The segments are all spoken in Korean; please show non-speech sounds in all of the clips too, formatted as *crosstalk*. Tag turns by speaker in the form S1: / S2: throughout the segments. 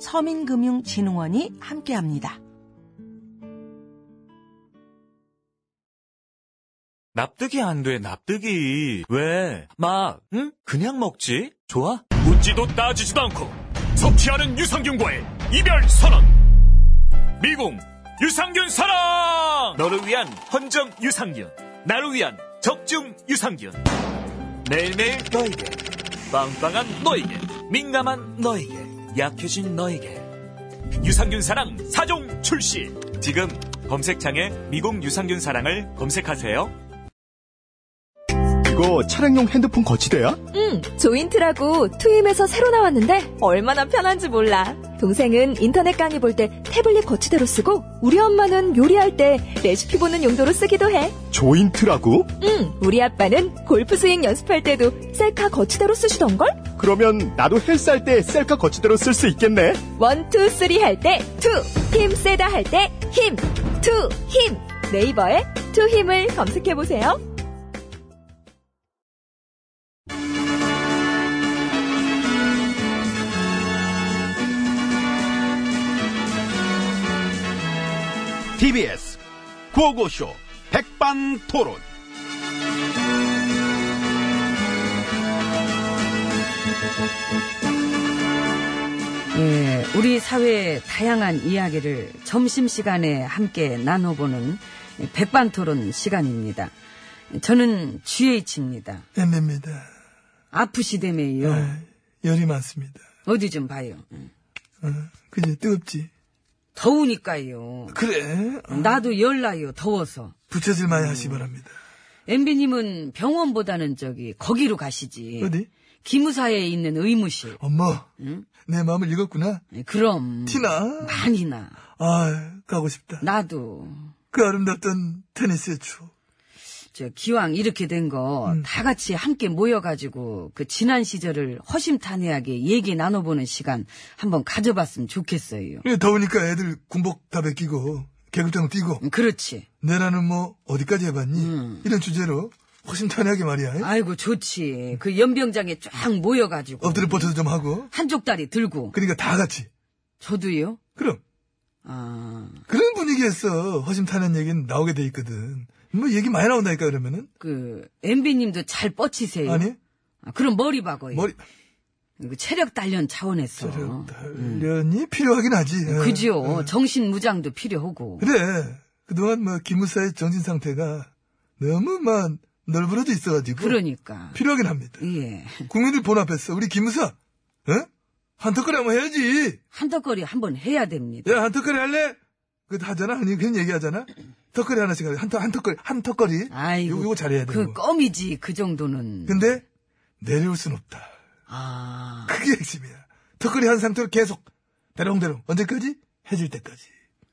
S1: 서민금융진흥원이 함께합니다.
S2: 납득이 안 돼, 납득이. 왜? 막, 응? 그냥 먹지? 좋아? 묻지도 따지지도 않고 섭취하는 유산균과의 이별 선언. 미궁 유산균 사랑! 너를 위한 헌정 유산균. 나를 위한 적중 유산균. 매일매일 너에게. 빵빵한 너에게. 민감한 너에게. 약해진 너에게. 유산균 사랑 4종 출시. 지금 검색창에 미궁 유산균 사랑을 검색하세요.
S3: 이거 차량용 핸드폰 거치대야?
S4: 응, 음, 조인트라고 투힘에서 새로 나왔는데 얼마나 편한지 몰라. 동생은 인터넷 강의 볼 때 태블릿 거치대로 쓰고 우리 엄마는 요리할 때 레시피 보는 용도로 쓰기도 해.
S3: 조인트라고?
S4: 응, 우리 아빠는 골프 스윙 연습할 때도 셀카 거치대로 쓰시던걸?
S3: 그러면 나도 헬스할 때 셀카 거치대로 쓸 수 있겠네.
S4: 원, 투, 쓰리 할 때 투, 힘 세다 할 때 힘, 투, 힘. 네이버에 투 힘을 검색해보세요.
S5: TBS 구호고쇼 백반토론.
S6: 예, 우리 사회의 다양한 이야기를 점심시간에 함께 나눠보는 백반토론 시간입니다. 저는 GH입니다.
S7: MM입니다.
S6: 아프시대매요.
S7: 네. 열이 많습니다.
S6: 어디 좀 봐요.
S7: 어, 그지 뜨겁지.
S6: 더우니까요.
S7: 그래. 어,
S6: 나도 열나요, 더워서.
S7: 부채질 많이 하시 바랍니다.
S6: 엠비님은 병원보다는 저기, 거기로 가시지.
S7: 어디?
S6: 기무사에 있는 의무실.
S7: 엄마. 내 마음을 읽었구나.
S6: 그럼.
S7: 티나.
S6: 많이 나.
S7: 아 가고 싶다.
S6: 나도.
S7: 그 아름답던 테니스의 추억.
S6: 저 기왕 이렇게 된 거
S7: 음.
S6: 다 같이 함께 모여가지고 그 지난 시절을 허심탄회하게 얘기 나눠보는 시간 한번 가져봤으면 좋겠어요.
S7: 그래, 더우니까 애들 군복 다 벗기고 계급장 뛰고
S6: 그렇지.
S7: 내라는 뭐 어디까지 해봤니? 이런 주제로 허심탄회하게 말이야.
S6: 아이고 좋지. 그 연병장에 쫙 모여가지고
S7: 엎드려 뻗쳐서 좀 하고.
S6: 한쪽 다리 들고.
S7: 그러니까 다 같이.
S6: 저도요.
S7: 그럼
S6: 아,
S7: 그런 분위기에서 허심탄회한 얘기는 나오게 돼 있거든. 뭐 얘기 많이 나온다니까 그러면은
S6: 그 MB님도 잘 뻗치세요.
S7: 아니
S6: 아, 그럼 머리 박어요.
S7: 머리
S6: 이거 체력 단련 차원에서. 음.
S7: 단련이 필요하긴 하지. 예.
S6: 그지요. 정신 무장도 필요하고.
S7: 그래. 그동안 뭐 기무사의 정신 상태가 너무 막 널브러져 있어가지고
S6: 그러니까.
S7: 필요하긴 합니다.
S6: 예.
S7: 국민들 본 앞에서 우리 기무사, 어? 한턱거리 한번 해야지.
S6: 한턱거리 한번 해야 됩니다.
S7: 야 한턱거리 할래? 그 하잖아. 아니 그냥 얘기하잖아. 턱걸이 하나씩 하자. 한턱 한턱거리 한턱거리.
S6: 아이고.
S7: 거 요거 잘해야 되고.
S6: 그 껌이지 그 정도는.
S7: 근데 내려올 순 없다.
S6: 아.
S7: 그게 핵심이야. 턱걸이 한 상태로 계속 대롱대롱 언제까지? 해질 때까지.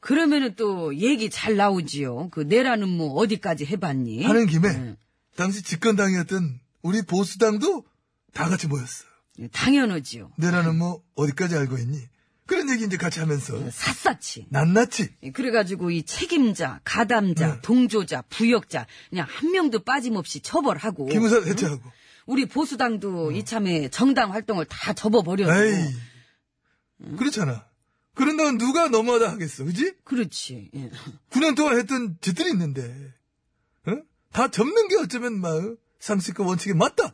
S6: 그러면은 또 얘기 잘 나오지요. 그 내라는 뭐 어디까지 해봤니?
S7: 하는 김에
S6: 응.
S7: 당시 집권당이었던 우리 보수당도 다 같이 모였어.
S6: 당연하지요.
S7: 내라는 뭐 어디까지 알고 있니? 그런 얘기 이제 같이 하면서
S6: 샅샅이
S7: 낱낱이
S6: 그래가지고 이 책임자, 가담자,
S7: 네.
S6: 동조자, 부역자 그냥 한 명도 빠짐없이 처벌하고
S7: 기무사
S6: 응?
S7: 해체하고
S6: 우리 보수당도 이참에 정당 활동을 다 접어버렸고
S7: 에이 그렇잖아 그런 다음 누가 너무하다 하겠어 그지?
S6: 그렇지 예.
S7: 9년 동안 했던 짓들이 있는데 어? 다 접는 게 어쩌면 막 상식과 원칙에 맞다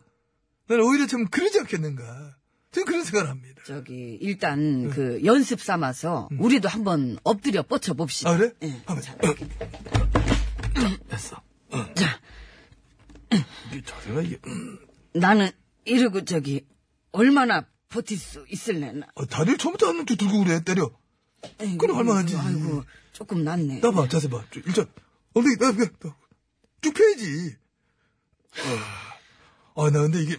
S7: 나는 오히려 참 그러지 않겠는가 저는 그런 생각을 합니다
S6: 저기 일단 그 연습 삼아서 우리도 한번 엎드려 뻗쳐 봅시다.
S7: 아, 그래?
S6: 예.
S7: 한번
S6: 자,
S7: 어.
S6: 이렇게.
S7: 됐어
S6: 자,
S7: 저리가 이게 음.
S6: 나는 이러고 저기 얼마나 버틸 수 있을래나.
S7: 아, 다리를 처음부터 안 놓고 들고 그래 때려
S6: 에이구,
S7: 그럼 할만하지.
S6: 아이고 조금 낫네.
S7: 나봐 자세 봐 저, 일자 엉덩이 나, 나, 나. 쭉 펴야지 아 나 근데 이게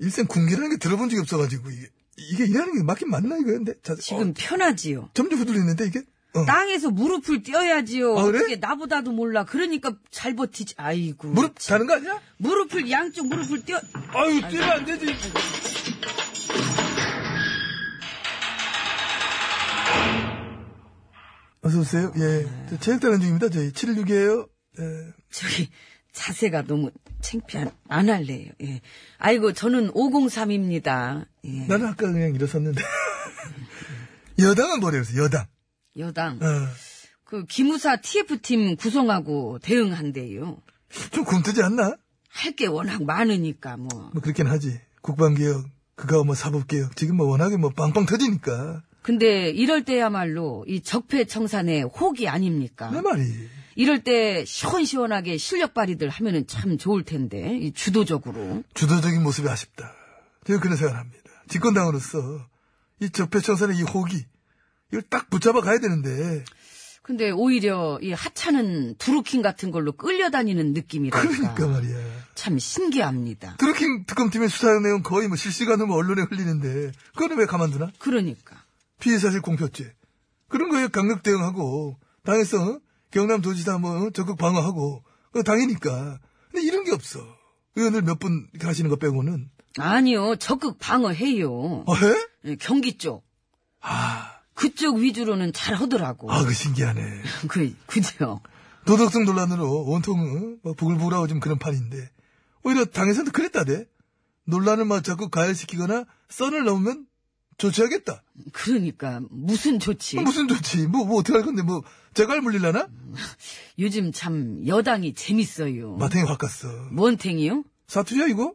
S7: 일생 군기라는 게 들어본 적이 없어가지고 이게 이게 일하는 게 맞긴 맞나 이거 근데 자세
S6: 지금
S7: 어,
S6: 편하지요.
S7: 점점 후들리는데 이게 어.
S6: 땅에서 무릎을 띄어야지요.
S7: 아, 그래?
S6: 어떻게 나보다도 몰라. 그러니까 잘 버티지. 아이고.
S7: 무릎 자는 거 아니야?
S6: 무릎을 양쪽 무릎을 띄어.
S7: 아유 뛰면 안 되지 어서오세요 예 저 체육단원 중입니다 저희 716이에요 예.
S6: 저기 자세가 너무 창피한 안 할래요. 예. 아이고 저는 503입니다. 예.
S7: 나는 아까 그냥 일어섰는데 *laughs* 여당은 뭐래요 여당
S6: 여당
S7: 어.
S6: 그 기무사 TF팀 구성하고 대응한대요.
S7: 좀 굼뜨지 않나?
S6: 할 게 워낙 많으니까 뭐.
S7: 뭐 그렇긴 하지. 국방개혁, 그거 뭐 사법개혁, 지금 뭐 워낙에 뭐 빵빵 터지니까.
S6: 근데 이럴 때야말로 이 적폐청산의 혹이 아닙니까?
S7: 내그 말이.
S6: 이럴 때 시원시원하게 실력 발휘들 하면은 참 좋을 텐데 이 주도적으로
S7: 주도적인 모습이 아쉽다. 저는 그런 생각을 합니다. 집권당으로서 이 적폐청산의 이 호기, 이걸 딱 붙잡아 가야 되는데.
S6: 근데 오히려 이 하찮은 두루킹 같은 걸로 끌려다니는 느낌이랄까
S7: 그러니까 말이야.
S6: 참 신기합니다
S7: 드루킹 특검팀의 수사 내용 거의 뭐 실시간으로 뭐 언론에 흘리는데, 그거는 왜 가만두나?
S6: 그러니까
S7: 피해 사실 공표죄. 그런 거에 강력 대응하고, 당에서 어? 경남도지사 뭐 어? 적극 방어하고, 그 당이니까. 근데 이런 게 없어. 의원들 몇 분 가시는 거 빼고는.
S6: 아니요 적극 방어해요
S7: 어, 해?
S6: 예, 경기 쪽
S7: 아,
S6: 그쪽 위주로는 잘 하더라고
S7: 아, 그 신기하네.
S6: *laughs* 그, 그죠
S7: 도덕성 논란으로 온통 어? 막 부글부글하고 지금 그런 판인데 오히려 당에서도 그랬다대. 논란을 막 자꾸 가열시키거나 선을 넘으면 조치하겠다.
S6: 그러니까 무슨 조치
S7: 무슨 조치? 뭐, 뭐 어떻게 할 건데 뭐 제갈 물릴라나?
S6: 음. 요즘 참 여당이 재밌어요
S7: 마탱이 확 갔어.
S6: 뭔탱이요?
S7: 사투리야 이거?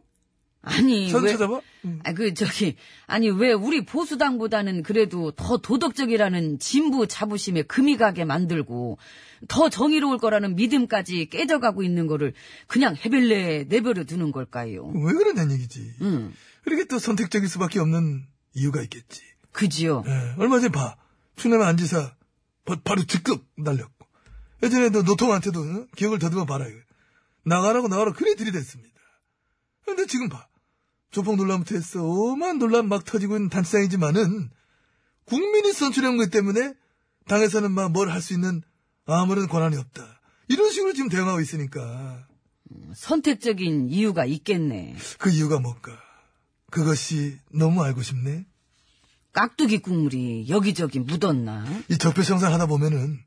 S6: 아니
S7: 선
S6: 왜
S7: 찾아봐. 음. 응.
S6: 아, 그, 저기, 아니, 왜 우리 보수당보다는 그래도 더 도덕적이라는 진부 자부심에 금이 가게 만들고, 더 정의로울 거라는 믿음까지 깨져가고 있는 거를 그냥 해벨레 내버려 두는 걸까요?
S7: 왜 그러냐는 얘기지.
S6: 음,
S7: 그렇게 또 선택적일 수밖에 없는 이유가 있겠지.
S6: 그지요.
S7: 예, 얼마 전에 봐. 충남 안지사 바, 로 즉급 날렸고. 예전에 또 노통한테도 어? 기억을 더듬어 봐라. 이거. 나가라고 나가라 그래 들이댔습니다. 근데 지금 봐. 조폭 논란부터 해서 오만 논란 막 터지고 있는 단체장이지만은 국민이 선출한 거기 때문에 당에서는 막 뭘 할 수 있는 아무런 권한이 없다. 이런 식으로 지금 대응하고 있으니까
S6: 선택적인 이유가 있겠네.
S7: 그 이유가 뭘까? 그것이 너무 알고 싶네.
S6: 깍두기 국물이 여기저기 묻었나?
S7: 이 적폐 청산 하다 보면은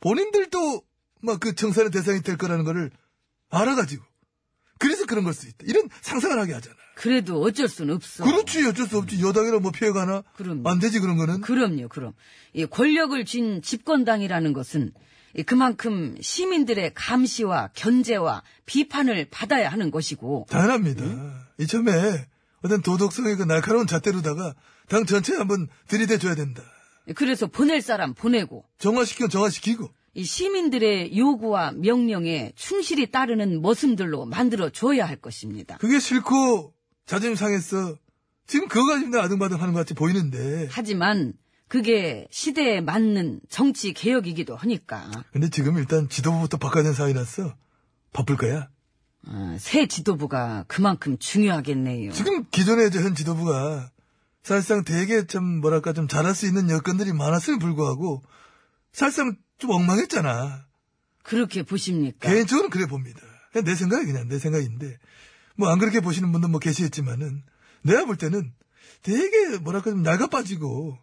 S7: 본인들도 막 그 청산의 대상이 될 거라는 거를 알아가지고 그래서 그런 걸 수 있다. 이런 상상을 하게 하잖아.
S6: 그래도 어쩔 순 없어.
S7: 그렇지 어쩔 수 없지 여당이라 뭐 피해가나
S6: 그렇죠. 그럼요.
S7: 안 되지 그런 거는
S6: 그럼요, 그럼. 이 권력을 쥔 집권당이라는 것은 이 그만큼 시민들의 감시와 견제와 비판을 받아야 하는 것이고,
S7: 당연합니다. 이참에 어떤 도덕성의 그 날카로운 잣대로다가 당 전체에 한번 들이대줘야 된다.
S6: 그래서 보낼 사람 보내고,
S7: 정화시키고 정화시키고
S6: 이 시민들의 요구와 명령에 충실히 따르는 모습들로 만들어줘야 할 것입니다.
S7: 그게 싫고 자존심 상했어. 지금 그거 가지고 내 아등바등하는 것 같이 보이는데
S6: 하지만 그게 시대에 맞는 정치 개혁이기도 하니까,
S7: 근데 지금 일단 지도부부터 바꿔야 되는 사이라서 바쁠 거야.
S6: 어, 새 지도부가 그만큼 중요하겠네요.
S7: 지금 기존의 저 현 지도부가 사실상 되게 참 뭐랄까 좀 잘할 수 있는 여건들이 많았음에 불구하고 사실상 좀 엉망했잖아.
S6: 그렇게 보십니까?
S8: 예,
S7: 개인적으로는 그래 봅니다. 그냥 내 생각이 그냥 내 생각인데 뭐 안 그렇게 보시는 분도 뭐 계시겠지만은 내가 볼 때는 되게 뭐랄까 좀 낡아 빠지고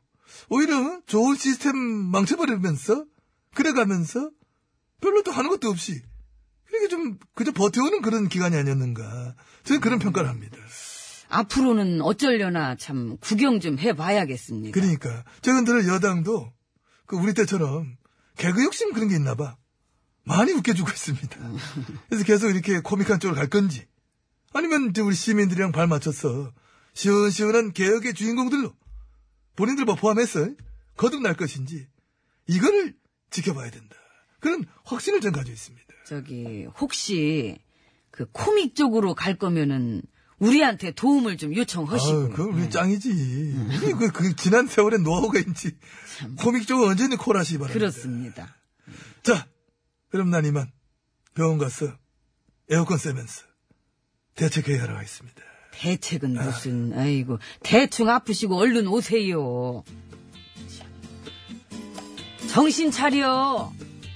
S8: 오히려 좋은 시스템 망쳐버리면서 그래가면서 별로 또 하는 것도 없이 이렇게 좀 그저 버텨오는 그런 기간이 아니었는가 저는 그런 평가를 합니다.
S6: 앞으로는 어쩌려나 참 구경 좀 해봐야겠습니다.
S8: 그러니까 최근 들어 여당도 그 우리 때처럼 개그 욕심 그런 게 있나 봐. 많이 웃겨주고 있습니다. 그래서 계속 이렇게 코믹한 쪽으로 갈 건지 아니면 이제 우리 시민들이랑 발 맞춰서 시원시원한 개혁의 주인공들로 본인들 뭐 포함해서 거듭날 것인지 이거를 지켜봐야 된다. 그런 확신을 전 가지고 있습니다.
S6: 저기 혹시 그 코믹 쪽으로 갈 거면은 우리한테 도움을 좀 요청하시고. 네.
S8: 아유, 그건 우리 짱이지. 우리 그, 그 지난 세월의 노하우가 있지. 코믹 쪽은 언제든 콜하시기 바랍니다.
S6: 그렇습니다.
S8: 자, 그럼 난 이만 병원 가서 에어컨 쐬면서 대책회의하러 가겠습니다.
S6: 대책은
S8: 아.
S6: 무슨 아이고 대충 아프시고 얼른 오세요. 정신 차려.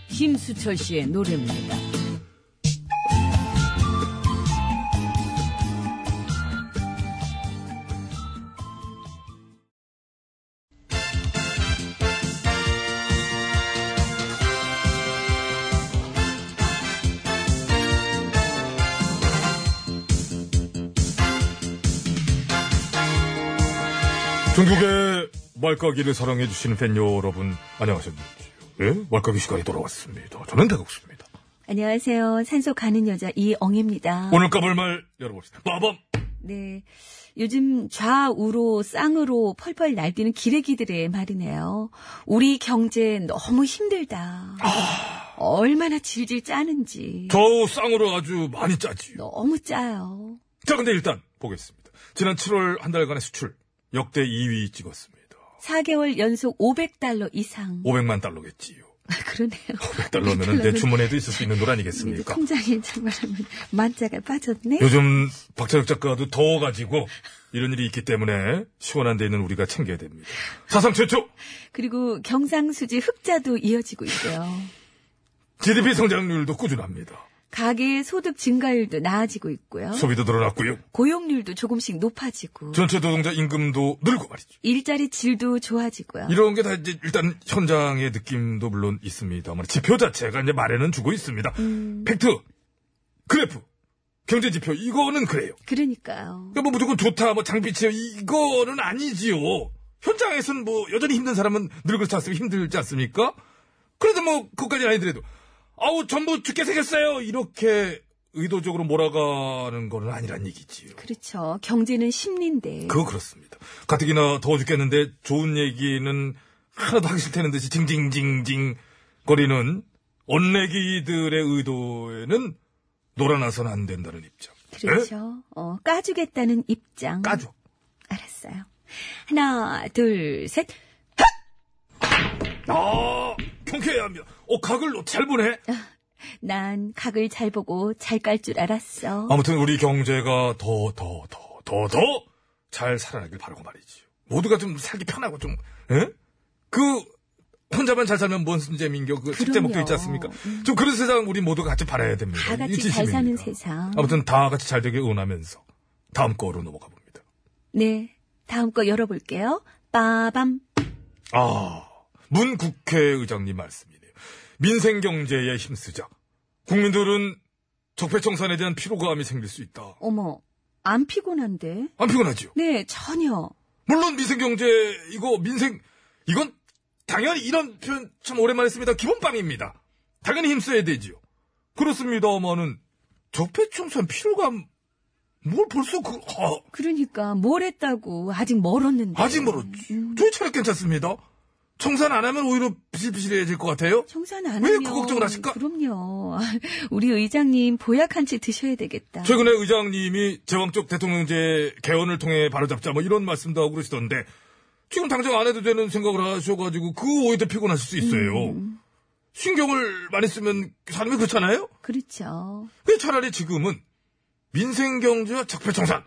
S6: 김수철 씨의 노래입니다.
S7: 중국의 말까기를 사랑해주시는 팬 여러분, 안녕하십니까. 예? 말까기 시간이 돌아왔습니다. 저는 대국수입니다.
S9: 안녕하세요. 산소 가는 여자 이엉입니다.
S7: 오늘 까볼 말 열어봅시다. 빠밤!
S9: 네. 요즘 좌우로 쌍으로 펄펄 날뛰는 기레기들의 말이네요. 우리 경제 너무 힘들다. 얼마나 질질 짜는지.
S7: 저 쌍으로 아주 많이 짜지요.
S9: 너무 짜요.
S7: 자, 근데 일단 보겠습니다. 지난 7월 한 달간의 수출, 역대 2위 찍었습니다.
S9: 4개월 연속 500달러 이상.
S7: 500만 달러겠지요.
S9: 그러네요.
S7: 100달러면 내 주머니에도 있을 수 있는 돈
S9: 이제
S7: 아니겠습니까?
S9: 통장에 정말하면 만자가 빠졌네.
S7: 요즘 박찬욱 작가도 더워가지고 이런 일이 있기 때문에 시원한 데 있는 우리가 챙겨야 됩니다. 사상 최초
S9: 그리고 경상수지 흑자도 이어지고 있어요.
S7: GDP 성장률도 꾸준합니다.
S9: 가계 소득 증가율도 나아지고 있고요.
S7: 소비도 늘어났고요.
S9: 고용률도 조금씩 높아지고
S7: 전체 노동자 임금도 늘고 말이죠.
S9: 일자리 질도 좋아지고요.
S7: 이런 게 다 이제 일단 현장의 느낌도 물론 있습니다만 지표 자체가 이제 말에는 주고 있습니다. 팩트, 그래프, 경제 지표 이거는 그래요.
S9: 그러니까요.
S7: 그러니까 뭐 무조건 좋다, 뭐 장비채 이거는 아니지요. 현장에서는 뭐 여전히 힘든 사람은 늙어서 으면 힘들지 않습니까? 그래도 뭐 그것까지 아니더라도 아우 전부 죽게 생겼어요 이렇게 의도적으로 몰아가는 거는 아니란 얘기지요.
S9: 그렇죠. 경제는 심리인데.
S7: 그거 그렇습니다. 가뜩이나 더워 죽겠는데 좋은 얘기는 하나도 하기 싫다는 듯이 징징징징 거리는 언내기들의 의도에는 놀아나서는 안 된다는 입장.
S9: 그렇죠. 어, 까주겠다는 입장.
S7: 까줘.
S9: 알았어요. 하나, 둘, 셋.
S7: 아, 경쾌해야 합니다. 어, 각을 잘 보네.
S9: 난 각을 잘 보고 잘 깔 줄 알았어.
S7: 아무튼 우리 경제가 더 더 더 더 더 잘 살아나길 바라고 말이지요. 모두가 좀 살기 편하고 좀, 예? 그, 혼자만 잘 살면 뭔 순재민교 그 숙제목도 있지 않습니까? 좀 그런 세상 우리 모두 같이 바라야 됩니다.
S9: 다
S7: 이
S9: 같이 잘
S7: 진심입니다. 어.
S9: 사는 세상.
S7: 아무튼 다 같이 잘 되길 응원하면서 다음 거로 넘어가 봅니다.
S9: 네. 다음 거 열어볼게요. 빠밤.
S7: 아, 문 국회의장님 말씀이네요. 민생 경제에 힘쓰자. 국민들은 적폐청산에 대한 피로감이 생길 수 있다.
S9: 어머, 안 피곤한데?
S7: 안 피곤하죠?
S9: 네, 전혀.
S7: 물론 민생 경제 이거 민생 이건 당연히 이런 표현 참 오랜만에 씁니다. 기본빵입니다. 당연히 힘써야 되지요. 그렇습니다만은 적폐청산 피로감 뭘 벌써 그 아,
S9: 그러니까 뭘 했다고 아직 멀었는데. 음.
S7: 아직 멀었지. 저희 차례 괜찮습니다. 청산 안 하면 오히려 비실비실해질 것 같아요.
S9: 청산 안
S7: 왜
S9: 하면
S7: 그 걱정을 하실까?
S9: 그럼요. *laughs* 우리 의장님 보약 한 채 드셔야 되겠다.
S7: 최근에 의장님이 제왕적 대통령제 개헌을 통해 바로잡자 뭐 이런 말씀도 하고 그러시던데 지금 당장 안 해도 되는 생각을 하셔가지고 그 오히려 피곤하실 수 있어요. 신경을 많이 쓰면 사람이 그렇잖아요.
S9: 그렇죠.
S7: 그 차라리 지금은 민생 경제와 적폐청산.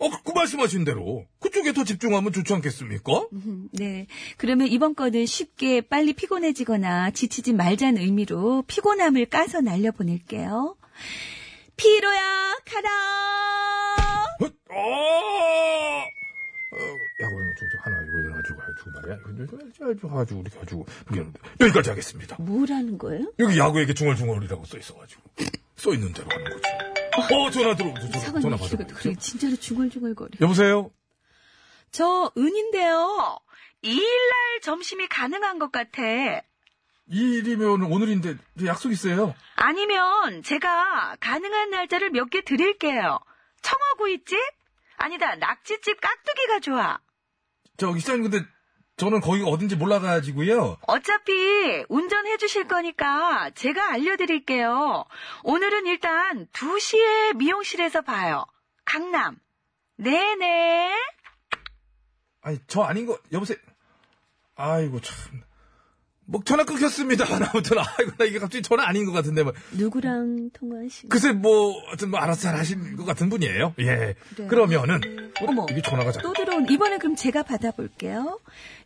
S7: 어, 그 말씀하신 대로 그쪽에 더 집중하면 좋지 않겠습니까?
S9: 음, 네. 그러면 이번 거는 쉽게 빨리 피곤해지거나 지치지 말자는 의미로 피곤함을 까서 날려보낼게요. 피로야, 가라!
S7: 어, 아! 어, 야구는 좀 하나 이거 가지고 가야 정말이야. 이거 좀 아주 아주 우리 아주 미안한데 여기까지 하겠습니다.
S6: 뭐라는 거예요?
S7: 여기 야구에게 중얼중얼이라고 써 있어가지고 써 있는 대로 하는 거지. 어 전화 들어 전화, 전화
S6: 사관님
S7: 받아.
S6: 키가 그래 진짜로 중얼중얼거려.
S7: 여보세요.
S6: 저 은인데요. 2일날 점심이 가능한 것 같아.
S7: 이 일이면 오늘인데 약속 있어요.
S6: 아니면 제가 가능한 날짜를 몇 개 드릴게요. 청어구이집? 아니다, 낙지집 깍두기가 좋아.
S7: 저기 시장님 근데 저는 거기가 어딘지 몰라가지고요.
S6: 어차피 운전해 주실 거니까 제가 알려드릴게요. 오늘은 일단 2시에 미용실에서 봐요. 강남. 네네.
S7: 아니 저 아닌 거 여보세요. 아이고 참. 뭐 전화 끊겼습니다. 아무튼 아이고 나 이게 갑자기 전화 아닌 것 같은데 뭐.
S6: 누구랑 통화하신
S7: 글쎄 뭐 하여튼 뭐 알아서 잘 하신 것 같은 분이에요. 예.
S6: 그래요.
S7: 그러면은
S6: 네. 어머.
S7: 이게 전화가 잘.
S6: 또 들어온, 이번에 그럼 제가 받아볼게요.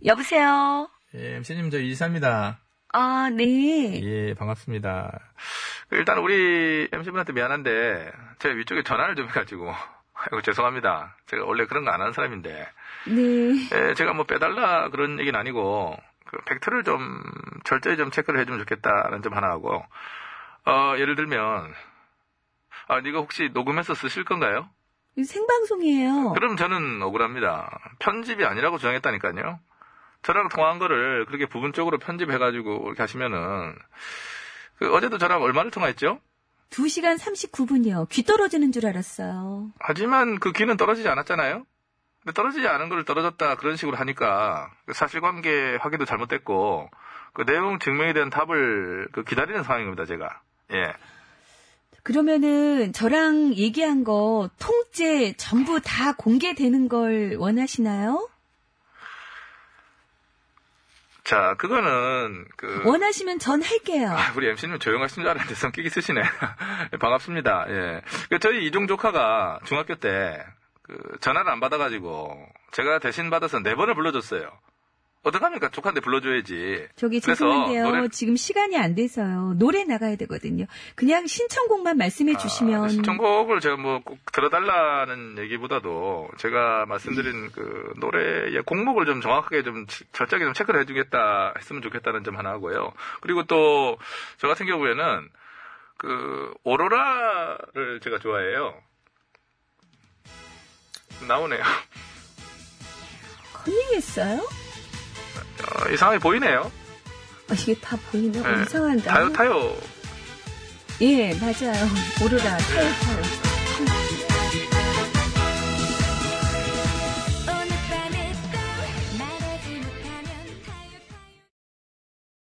S6: 여보세요?
S7: 예, MC님 저 이사입니다.
S6: 아, 네.
S7: 예, 반갑습니다. 일단 우리 MC분한테 미안한데 제가 위쪽에 전화를 좀 해가지고 아이고 죄송합니다. 제가 원래 그런 거 안 하는 사람인데
S6: 네.
S7: 예, 제가 뭐 빼달라 그런 얘기는 아니고 그 팩트를 좀 철저히 좀 체크를 해주면 좋겠다는 점 하나 하고 어, 예를 들면 아 네가 혹시 녹음해서 쓰실 건가요?
S6: 생방송이에요.
S7: 그럼 저는 억울합니다. 편집이 아니라고 주장했다니까요. 저랑 통화한 거를 그렇게 부분적으로 편집해가지고 이렇게 하시면은 그 어제도 저랑 얼마를 통화했죠?
S6: 2시간 39분이요. 귀 떨어지는 줄 알았어요.
S7: 하지만 그 귀는 떨어지지 않았잖아요. 근데 떨어지지 않은 걸 떨어졌다 그런 식으로 하니까 그 사실관계 확인도 잘못됐고 그 내용 증명에 대한 답을 그 기다리는 상황입니다 제가. 예.
S6: 그러면은 저랑 얘기한 거 통째 전부 다 공개되는 걸 원하시나요?
S7: 자 그거는 그
S6: 원하시면 전 할게요.
S7: 아, 우리 MC님 조용하신 줄 알았는데 성격이 쓰시네. *laughs* 반갑습니다. 예. 그 저희 이종 조카가 중학교 때 그 전화를 안 받아가지고 제가 대신 받아서 네 번을 불러줬어요. 어떡합니까? 조카한테 불러줘야지.
S6: 저기
S7: 그래서
S6: 죄송한데요.
S7: 노래-
S6: 지금 시간이 안 돼서요. 노래 나가야 되거든요. 그냥 신청곡만 말씀해 주시면
S7: 아, 신청곡을 그 제가 뭐 꼭 들어달라는 얘기보다도 제가 말씀드린 그 노래의 곡목을 좀 정확하게 좀 치- 철저하게 좀 체크를 해주겠다 했으면 좋겠다는 점 하나 하고요. 그리고 또 저 같은 경우에는 그 오로라를 제가 좋아해요. 나오네요.
S6: 커밍했어요?
S7: 어, 이상하게 보이네요.
S6: 아, 이게 다 보이나?
S7: 네.
S6: 이상한다.
S7: 타요 타요.
S6: 예, 맞아요. 오로라 타요 타요.